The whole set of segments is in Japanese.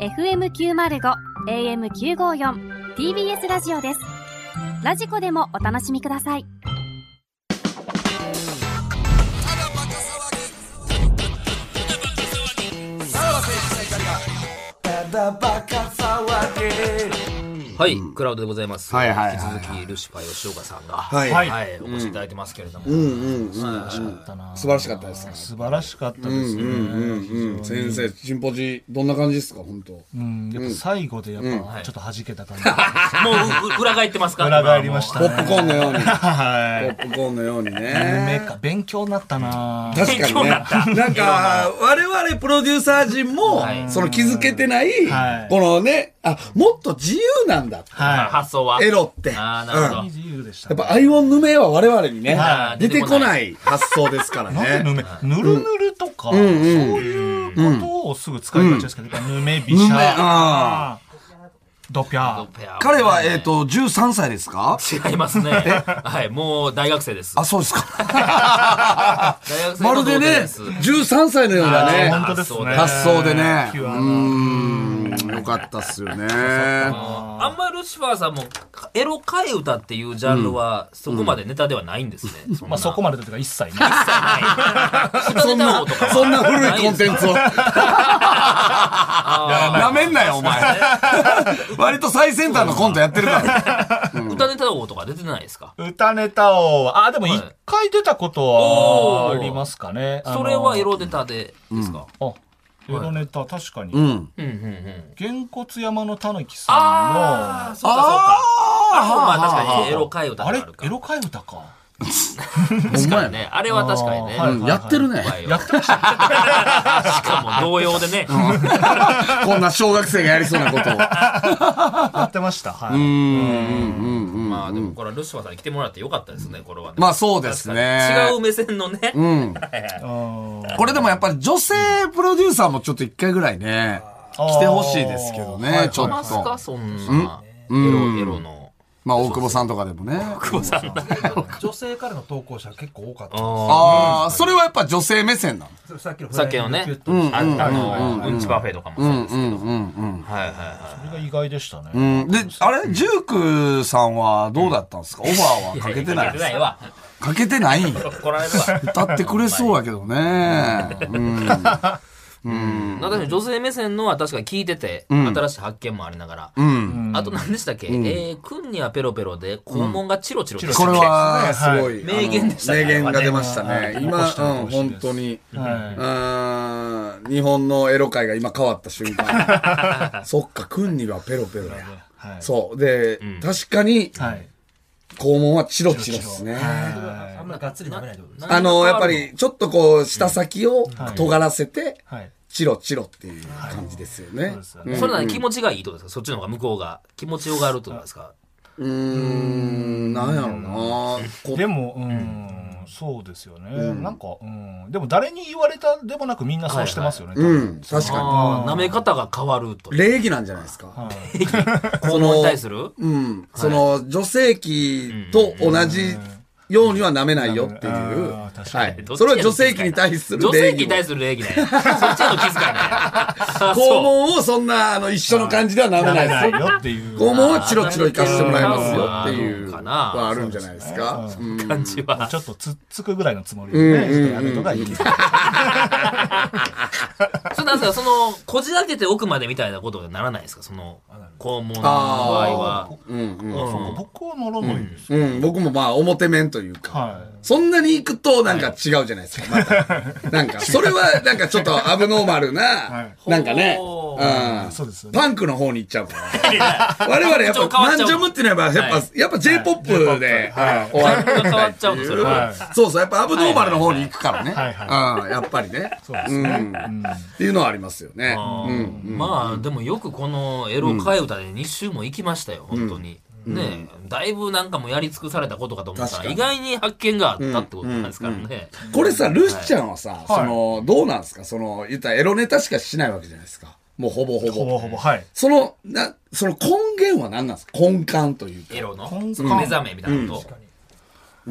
FM905 AM954 TBS ラジオですラジコでもお楽しみくださいはい、クラウドでございます。はいはいはいはい引き続き、ルシファー吉岡さんが、はいはい、お越しいただいてますけれども。うんうんうん素晴らしかったな。素晴らしかったです素晴らしかったですね。うんうん先生チンポジどんな感じですか本当うん、やっぱ最後でやっうぱんちょっと弾けた感じ、もうう、裏返ってますか裏返りましたポップコーンのようにポはいップコーンのように夢ねか勉強になったな確か勉強ににねなったなんか我々プロデューサー陣もはいその気づけてないはいこのねあもっと自由なんだ今のは発想は。エロってああ、なるほど。いい自由でしたやっぱアイオンヌメは我々にねはい出てこない発想ですからなんでぬねめ、ぬるぬるとか、んうんそういうことをすぐ使いがちですけど、やっぱぬめびしぬめあ、ゃドピャー、ペア彼はえっと13歳ですか違いますね。はい、もう大学生です。あそうですか大学生まのるで同級ねです13歳のようなあね本当ですね。発想でね。うピュアーなん。よかったっすよね。あんまルシファーさんもエロ替え歌っていうジャンルはそこまでネタではないんですね。そんなまあそこまでというか一切ね。 そんな、そんな古いコンテンツを。なめんなよ、お前。割と最先端のコントやってるから。歌ネタ王とか出てないですか歌ネタを、あ、でも一回出たことははいありますかね。それはエロ。ロネタでですか、あエロネタ、確かに。うん。うん、うんうんうんげんこつ山のたぬきさんの、ああ、あそうかそうか。あれもまあ確かにエロか。替え歌があれるかエら。ロ替え歌か。ほんまやね。ね、あれは確かにね。あーはいうんやってるね。怖いよ しかも同様でね。こんな小学生がやりそうなことを。やってました。はうん、い。うん、うん。まあでもこれはルシファーさんに来てもらってよかったですね、これはね。まあそうですね。違う目線のね。うん。うんこれでもやっぱり女性プロデューサーもちょっと一回ぐらいね、来てほしいですけどはいはねい、ちょいまっすか、と。そんな。エロ、エロの。まあ大久保さんとかでもね。女性からの投稿者結構多かったあああ、それはやっぱ女性目線なの。ですさっきのあ、さっきのねフライングキュー、あトのあの、うんちパフェとかもそうですけど。うんうんはいはいは。それが意外でしたね。うん。で、あれ、ジュークさんはどうだったんですかオファーはいかけてないかけてないわ。かけてないんや怒られるわ。歌ってくれそうやけどね。 うん。なんか確かに女性目線のは確かに聞いてて、新しい発見もありながら。うん。あと何でしたっけ、えー、くんにはペロペロで、肛門がチロチロこれは、すはいごい。名言でしたねあの名言が出ましたはいね。今、残しておうん、いてほしい本です当に。はいあー日本のエロ界が今変わった瞬間。 そっか、くんにはペロペロや。はいそう。でん、確かに、はい。肛門はチロチロですね。あんまりがっつり舐めないってことですねあの、やっぱり、ちょっとこう、舌先をはい尖らせて、はい。チロチロっていう感じですよね。そうですようんそれなら気持ちがいいってことですかそっちの方が向こうが気持ちよがあるってことですかうーん、なんやろうなこでも、うん、そうですよね。なんか、うん。でも誰に言われたでもなくみんなそうしてますよね。うん、確かああ、舐め方が変わるとに。。礼儀なんじゃないですか。肛門に対するうん、その、女性器と同じようには舐めないよっていう。うんあー確かはにい。それは女性器に対する女性礼器儀に。対する 礼儀ね。そっちへの気遣いね。あ そう肛門をそんな、あの、一緒の感じでは舐舐めめなないいですよ。よっていう。肛門はチロチロ行かせてもらいますよっていう、かなはあるんじゃないですか。うん感じは。ちょっとつっつくぐらいのつもりでね、してやるのがいい。そうなんですか、その、こじ開けて奥までみたいなことにはならないですかその、肛門の場合は。うんうんうん僕は乗らないです。うん、僕もまあ表面というか、はそんなに行くとなんか違うじゃないですか、ま た。なんか、それはなんかちょっとアブノーマルな、いなんかね、ほうい。んそうですよね。パンクの方に行っちゃう から。我々やっ口調ぱ、変わマっンちジゃうョムっていうのはやっぱ、やはっぱやっぱ J-POP で、はい終わる。変わっちゃうんですよ、それは。そうそう、やっぱアブノーマルの方に行くからね。はいはいうん、やっぱりね。そうですね。うんっていうのはありますよね。あうんーまあでもよくこのエロ替え歌で2週も行きましたよ、本当に。ねえだいぶなんかもうやり尽くされたことかと思ったら意外に発見があったってことなんですからね。これさ、ルシちゃんはさ、その、どうなんですかその、言ったらエロネタしかしないわけじゃないですか。もうほぼほぼ。ほぼほぼ、はい。その、な、その根源は何なんですか根幹というか。エロの根幹目覚めみたいなこと。ああ、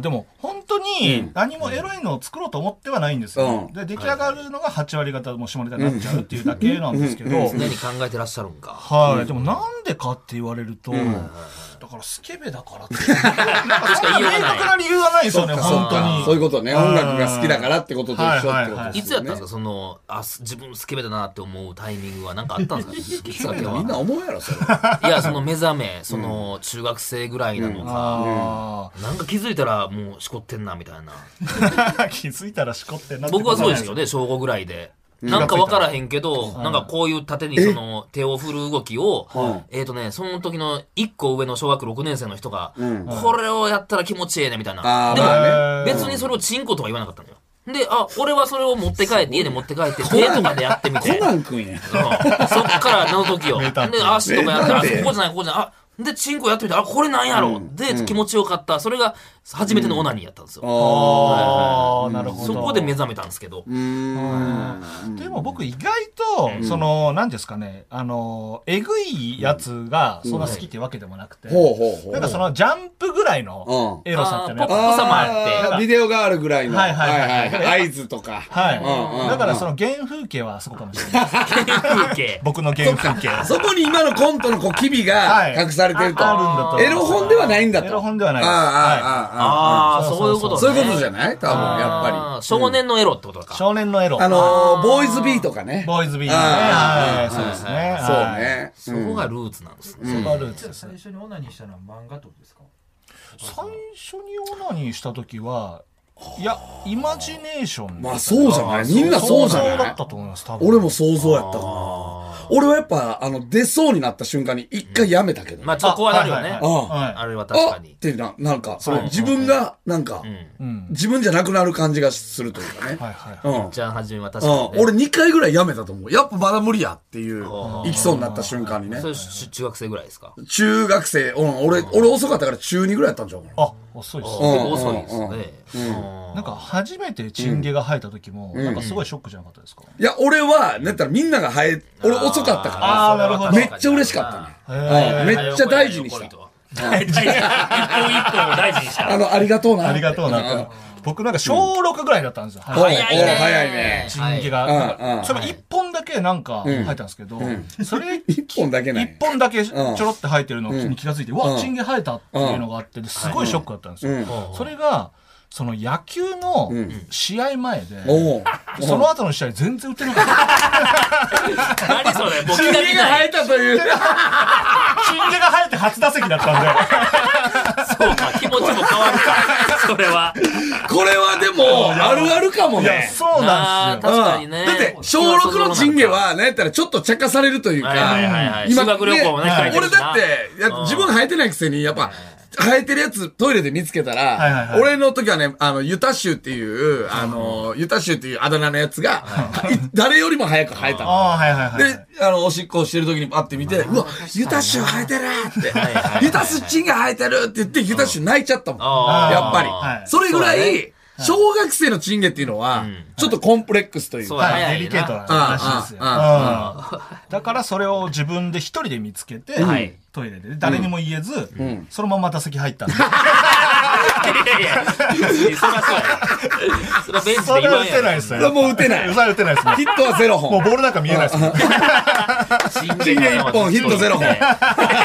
でも本当に何もエロいのを作ろうと思ってはないんですよ。うんで、出来上がるのが8割方もう下ネタになっちゃうっていうだけなんですけど、常に考えてらっしゃるんか。はい。でもなんでかって言われると、だからスケベだからって。なんかそんな明確な理由はないですよね、そっか本当に。そういうことね。音楽が好きだからってことと一緒ってことはいでいすつやよっねたんですかその、あ、す自分スケベだなって思うタイミングはなんかあったんです かきっかけみんなは。思うやろ、それ。いや、その目覚め、その、中学生ぐらいなのか、あなんか気づいたらもうしこってんな、みたいな。あ。 気づいたらしこってなって僕はそうですよ。よね、小5ぐらいで。なんかわからへんけど、なんかこういう縦にその手を振る動きを、えっとね、その時の一個上の小学6年生の人が、んこれをやったら気持ちええね、みたいあーな。でまあねも、別にそれをチンコとは言わなかったのよ。で、あ、俺はそれを持って帰って、家で持って帰って、手とかでやってみて。コナン君や。うんそっからの時 よ。で名探、足とかやったら、あ名探偵ここじゃない、ここじゃない。あで、チンコやってみて、あ、これなんやろ。で、気持ちよかった。それが初めてのオナニーやったんですよ。ああ、なるほど。そこで目覚めたんですけど。 うーん。でも僕意外と、その、何ですかね、あの、えぐいやつがそんな好きってわけでもなくて、ほうほうほう。なんかそのジャンプぐらいのうエロさっていうのはやあーポッっぱプさもあってあービデオがあるぐらいの。はいはいはいはい。合図とか。うんうんうはんい。だからその原風景はあそこかもしれない です。風景。僕の原風景。そこに今のコントのこう、機微がはい隠されてると。ああるんだと思いますエロ本ではないんだと。エロ本ではないですあああああああああ、うんそういうことあね。そういうことじゃないない多分、やっぱ少年のエロってことか。少年のエロ。り。あのー、ボーイズビーとかね。ボーイズビーね。あはいそうですね。そうはい。ね。そこがルーツなんですね。そこがルーツじゃであす最ね。初にオナニーしたのは漫画ってことですか最初にオナニーした時は、いや、イマジネーション。まあそうじゃないみんなそうじゃ想な像だいったと思います、多分。俺も想像やったかな。俺はやっぱ、あの、出そうになった瞬間に一回やめたけど。まあ、ちょっと怖なるよはいねはい。あはいはいあれは確あかにっ。てな、なんか、そはのい自分が、なんかう、ん。うん。自分じゃなくなる感じがするというかね。はいはいはうい。ん。じゃあ、はじめは確かにうね。ん。俺2回ぐらいやめたと思う。やっぱまだ無理やっていう、あ行ーきそうになった瞬間にねそ。れ、し中学生ぐらいですか。中学生、うん、俺、俺遅かったから中2ぐらいやったんちゃうかな。あ、遅いっすうね。ん結構遅いですね。なんか初めてチンゲが生えた時も、なんかすごいショックじゃなかったですかいや、俺は、なんやったらみんなが生え、俺遅かったかあーなるほら、どめっちゃ嬉しかったね。うん、めっちゃ大事にした。大事にした。一本一本を大事にした。あの、ありがとうな。ありがとうなって。僕なんか小6ぐらいだったんですよ。うん。おはうおうい。早いね。早いね。チンゲが。はいなんかうんそれも一本だけなんか生えたんですけど、それ一本だけない一。本だけちょろって生えてるのに気がついて、うわ、チンゲ生えたっていうのがあって、ですごいショックだったんですよ。それが、その野球の試合前で、おうその後の試合全然打てなかった。 何それ僕がひげ見がな生いえ。たという。チンゲが生えて初打席だったんで。そうか、気持ちも変わるか。それ は。これはでも、あるあるかもいや、ね。そうあなんーですよ。確かにね。だって、小6のチンゲは、なんやったらちょっと茶化されるというはいはいはいかは、い修学旅行もねね控えてる俺しなだって、やうん自分生えてないくせに、やっぱ、生えてるやつトイレで見つけたはいはいらは、い俺の時はね、あの、ユタ州っていう、あの、ユタ州っていうあだ名のやつが、い誰よりも早く生えたの。ああ、はいはいはい。で、あの、おしっこをしてる時にパッて見て、うわ、ユタ州生えてるはいはいっはて、いユタスチンが生えてるって言って、ユタ州泣いちゃったもん。あーやっぱり。はいそれぐらそうだい、小学生のチンゲっていうのは、ちょっとコンプレックスというそうか。だは早いい、なデリケートな話ですよ。ううんんうんだからそれを自分で一人で見つけて、はいトイレで誰にも言えず、んそのまま打席入ったんで。いやいや、そりゃそうや。それはベンチそでれ言はわん打やてなろいで。すそれはよ。もう打てないそれは打てないですね。ヒットはゼロもう本。ボールなんか見えないですね。チンチンゲ一本ヒットゼロ本いやいや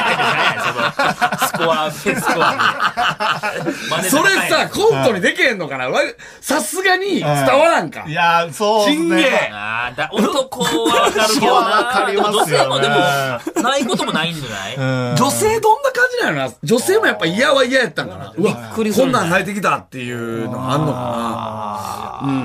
そのスコア、スコアで。それさ、コントにできへんのかなわさすがに伝わらんかい。やー、そうですチンね。ゲあーだ男はわかるけそうどわな。かりますよ、ね。女性もでも、ないこともないんじゃないうん女性どんな感じなのかな女性もやっぱ嫌は嫌やったんかなうわ、こくりするんんだなん生えてきたっていうのあんの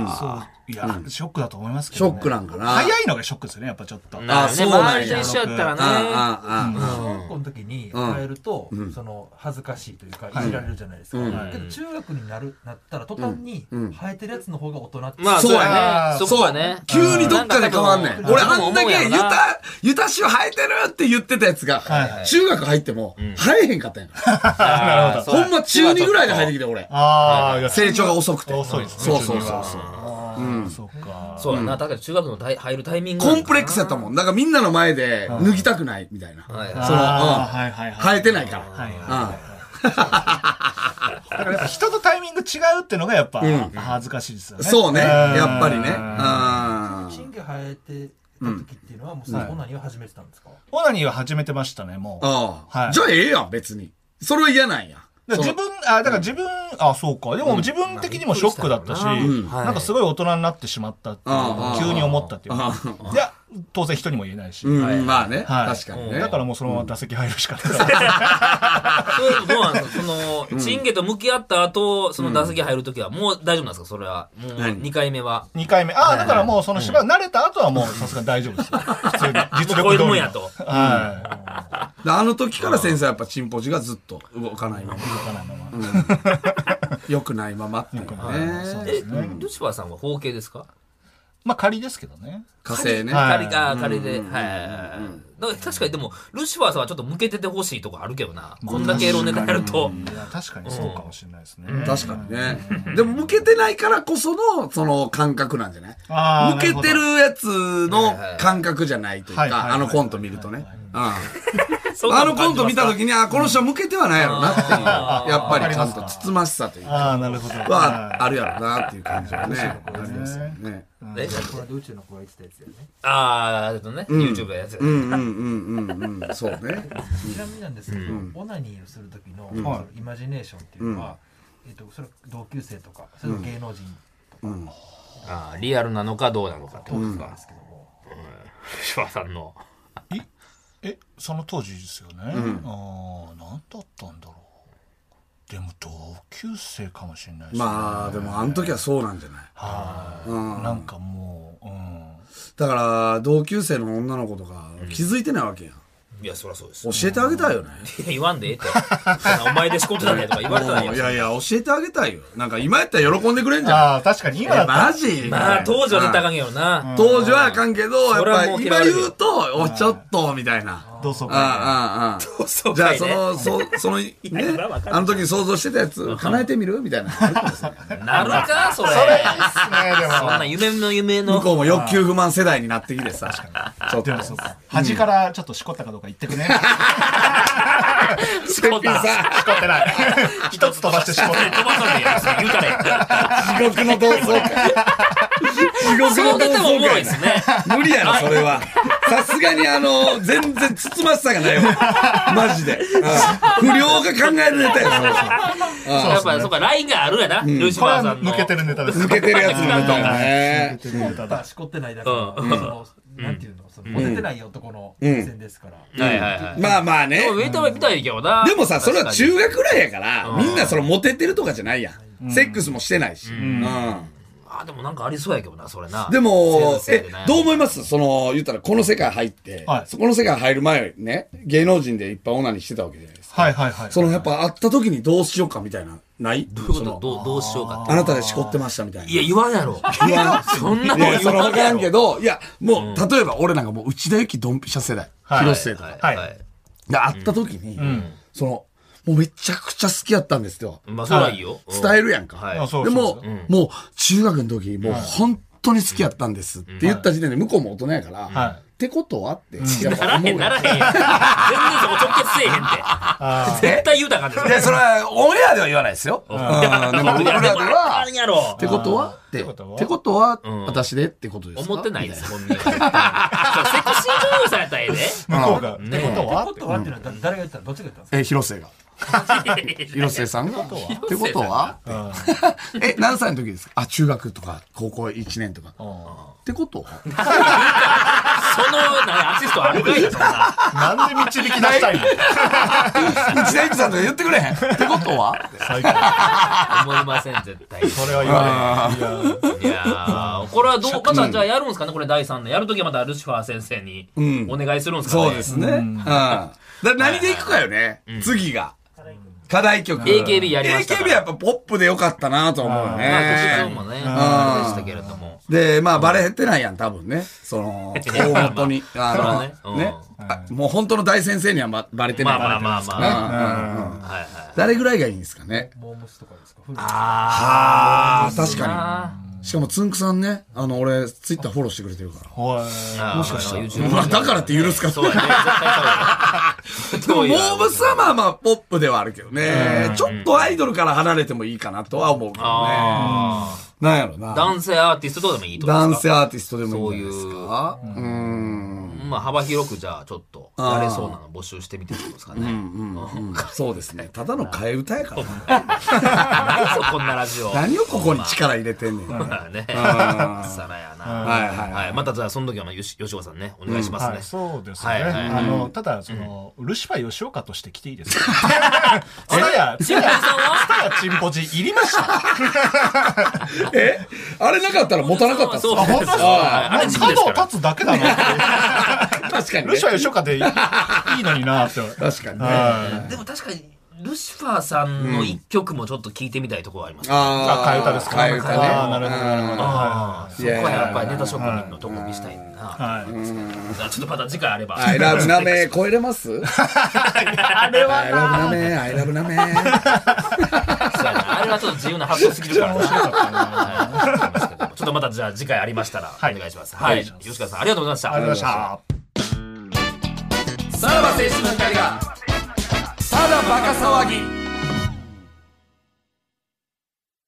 かそう。いや、ショックだと思いますなけショど、ね。ックなんかな早いのがショックですよね、やっぱちょっと。なるねそうなんや周りと一緒やったああらね。ああああ小学校の時に変えると、その恥ずかしいというかいじられるじゃないですか、んけど中学になるなったら途端に生えてるやつの方が大人って、まあ、そそううやねやね。そこはね。急にどっかで変わんねん。うん俺あんだけユなんかタ、ユタ州生えてるって言ってたやつがはいは、い中学入っても生えへんかったんやから。なるほんま中2ぐらいで生えてきて俺。ああ、いや、成長が遅くて。遅いですね。そうそう中そ二はうそう。あーそっか。そうやな。だから中学の大入るタイミングコンプレックスやったもんもん。だからみんなの前で脱ぎたくないみたいな。はいその、あーうんはいはいはい。生えてないから。はいはいうんはい。だからやっぱ人とタイミング違うってのがやっぱ恥ずかしいですよね。そうね。やっぱりね。金魚生えてた時っていうのは、もうそのオナニーを始めてたんですかオナニーは始めてましたね、もう。あはあ。いじゃあええやん、別に。それは嫌なんや。だから自分、あ、だから自分、あ、そうか。でも自分的にもショックだったし、まあびっくりしたよなうんなんかすごい大人になってしまったっていうのあをあ急に思ったっていうか。いや、当然人にも言えないし。うはいん、まあね。はい確かにね。だからもうそのまま打席入るしかない。そういうのどうなんですかその、チンゲと向き合った後、その打席入るときは、もう大丈夫なんですかそれは。もう何2回目は。 2回目。ああ、だからもうその芝居慣れた後はもうさすがに大丈夫ですよ。普通に。実力通りのもうこういうもんやとはい。であの時から先生はやっぱチンポジがずっと動かないまま。動かないまま。 良くないままっていうかそうね。でえ、すね。ルシファーさんは包茎ですかまあ仮ですけどね。火星ね。はい仮か、仮で。はいはいはいはい。だから確かにでも、ルシファーさんはちょっと向けててほしいとこあるけどな。こんだけエロネタやると。いや、確かにそうかもしれないですね。確かにね。でも向けてないからこその、その感覚なんじゃないあー向けてるやつの感覚じゃないというはいはいはいか、はいあのコント見るとね。うん そんなあのコント見た感じ時に、あ、この人は向けてはないやろなっていう、やっぱりちゃんとつつましさというか、ああ、なるほど。はああるやろなっていう感じがね、ありますよね。ますか。えこれで宇宙の子が言ってたやつよね。あー、えっとね、YouTube やつ。うんうんうんうんうん、そうね。ちなみになんですけど、オナニーをする時のそのイマジネーションっていうのは、えっと、それは同級生とか、それとも芸能人あーリアルなのかどうなのかってことですなんかです。けども、ルシファーさんの。え、その当時ですよね。ああ、なんだったんだろう。でも同級生かもしれないですね。まあ、でもあの時はそうなんじゃないはいなんかもう、うん。だから、同級生の女の子とか気づいてないわけやん。いや、そりゃそうです。教えてあげたいよね。いや言わんでええって。 そんなお前で仕事だねとか言われた らいいややいや、教えてあげたいよ。なんか今やったら喜んでくれんじゃん。ああ、確かに今だえっマたジまあ、当時は絶対あかんけどな。当時はあかんけど、やっそれぱはもうり嫌わ今れるよ言うと、お、ちょっと、みたいな。同窓ああ会。あああ 同窓じゃあ会そねの、そ その、ねやそれはわ、かるあの時に想像してたやつ、叶えてみるみたいな。 なるか、それ。ですね、でそんな夢の夢の。 向こうも欲求不満世代になってきてさ。ちょっとで。もそうか。端からちょっとしこったかどうか言ってくね。仕事 だ。しこってない。一つ飛ばしてしこって。飛ばさねえやつ言うた地れ。獄の同窓会。地獄そうの同出ても窓おもろい会で。すね。無理やろ、それは。さすがにあの、全然つつましさがないわ。マジで。うん不良が考えるネタややっぱ、そうか、ラインがあるやな、ルシフこれァーはさんの。抜けてるネタです。抜けてるやつのネタやね。やっぱしこってないだから、その、なんていうの、その、モテてない男の目線ですから。はいはいはい。まあまあねでも。ウェイトは見たいけどな。でもさ、それは中確学ぐらいやから、みんなそのモテてるとかじゃないやん。セックスもしてないし。うんかに。あ、でもなんかありそうやけどな、それな。でも、せいえぜいな、どう思いますその、言ったら、この世界入っては、いそこの世界入る前ね、芸能人でいっぱいオナニーしてたわけじゃないですか。はいはいはい。その、やっぱ会った時にどうしようかみたいな、ないどういうこそとのどうどうしようかっあなたでしこってましたみたいな。て。いや、言わんやろ。言わんそんなもんいや言それわ分んからやんろ。けど、いや、もう、例えば俺なんかもう、内田有紀ドンピシャ世代、はい広末とか、はい。はいで、会った時に、その、もうめちゃくちゃ好きやったんですよ。まあ、それはいいよ。うん伝えるやんか。はい。あそうでそもう、もう、中学の時、もう本当に好きやったんですって言った時点で、向こうも大人やから、はいってことはって、な らへん、ならへん。全 然そこ直結せえへんって。絶対言うたらあかんでで、それは、オンエアでは言わないですよ。うん、でも、い俺やらででもあはる、やろっ。てことはって、ことはってことはん、私でってことですか思ってないです、本人は絶対。そうセクシー女優さんやったらええで。向こうが。ってことってはことはっていうのは誰が言ったのどっちが言ったんですえー、広末が。広末さんが。ってことはってえ、何歳の時ですかあ、中学とか、高校1年とか。ってことはその、なんかアシストあるかいな、そんな。なんで導き出したいの内田有紀さんとか言ってくれへん。ってことはって最高。思いません、絶対。それは言われない。いやいやー、これはどう、またじゃあやるんですかね、これ第3の。やるときはまたルシファー先生にお願いするんですかね。そうですね。うん。だ何でいくかよね。次が。課題曲。 AKB やりましたから AKB やっぱポップでよかったなと思うよまあ、ねご。質問もね、あれでしたけれども。で、まあ、バレへってないやん、多分ね。その、大元 に。あその、うだねね。あもう本当の大先生にはまバレてなまい。あまあまあまあ。うんうんうんはいはい。誰ぐらいがいいんですかね。かモームスとかですかあああ、確かに。しかもつんくさんね、あの、俺、ツイッターフォローしてくれてるから。はい。もしかしたら。まあ、だからって許すかって。そうやね。 でも、モーブスはまあまあ、ポップではあるけどね。ちょっとアイドルから離れてもいいかなとは思うけどね。あなんやろあ。な。男性アーティストとかでもいいと男か。性アーティストでもいいんじゃないですそういうか。うーん。まあ幅広くじゃあちょっとやれそうなの募集してみてるんですかね。うんそうですね。ただの替え歌やから な。何 そこんなラジオ。何をここに力入れてんねん。は まあね。あさらやな。いははいい。はい。またじゃあその時はまあよし吉岡さんねお願いしますはねい、。そうですね。はいはいあの、ただ、その、ルシファー吉岡として来ていいで すかつたや、つたや、つたやチンポジ、いりました。えあれなかったら持たなかったっすそうです。はいああれれ、時期です角をから。立つだけだなって。確 かにルねシファー吉岡でいいのになって。確かにね。はい。でも確かに、ルシファーさんの一曲もちょっと聞いてみたいところはあります、ね。ああ替え歌ですか替え歌ね。あーなるほどなるほどああ、そこはやっぱりネタ職人のとこ見したいな。はい。じゃあちょっとまた次回あれば。アイラブなめ超えれますあれはアイラブなめ、アイラブなめ。そうやなあれはちょっと自由な発想すぎるからな。はいちょっとまたじゃあ次回ありましたらお願いします。はい。吉川さんありがとうございました。ありがとうございました。さらば青春の光が、ただバカ騒ぎ。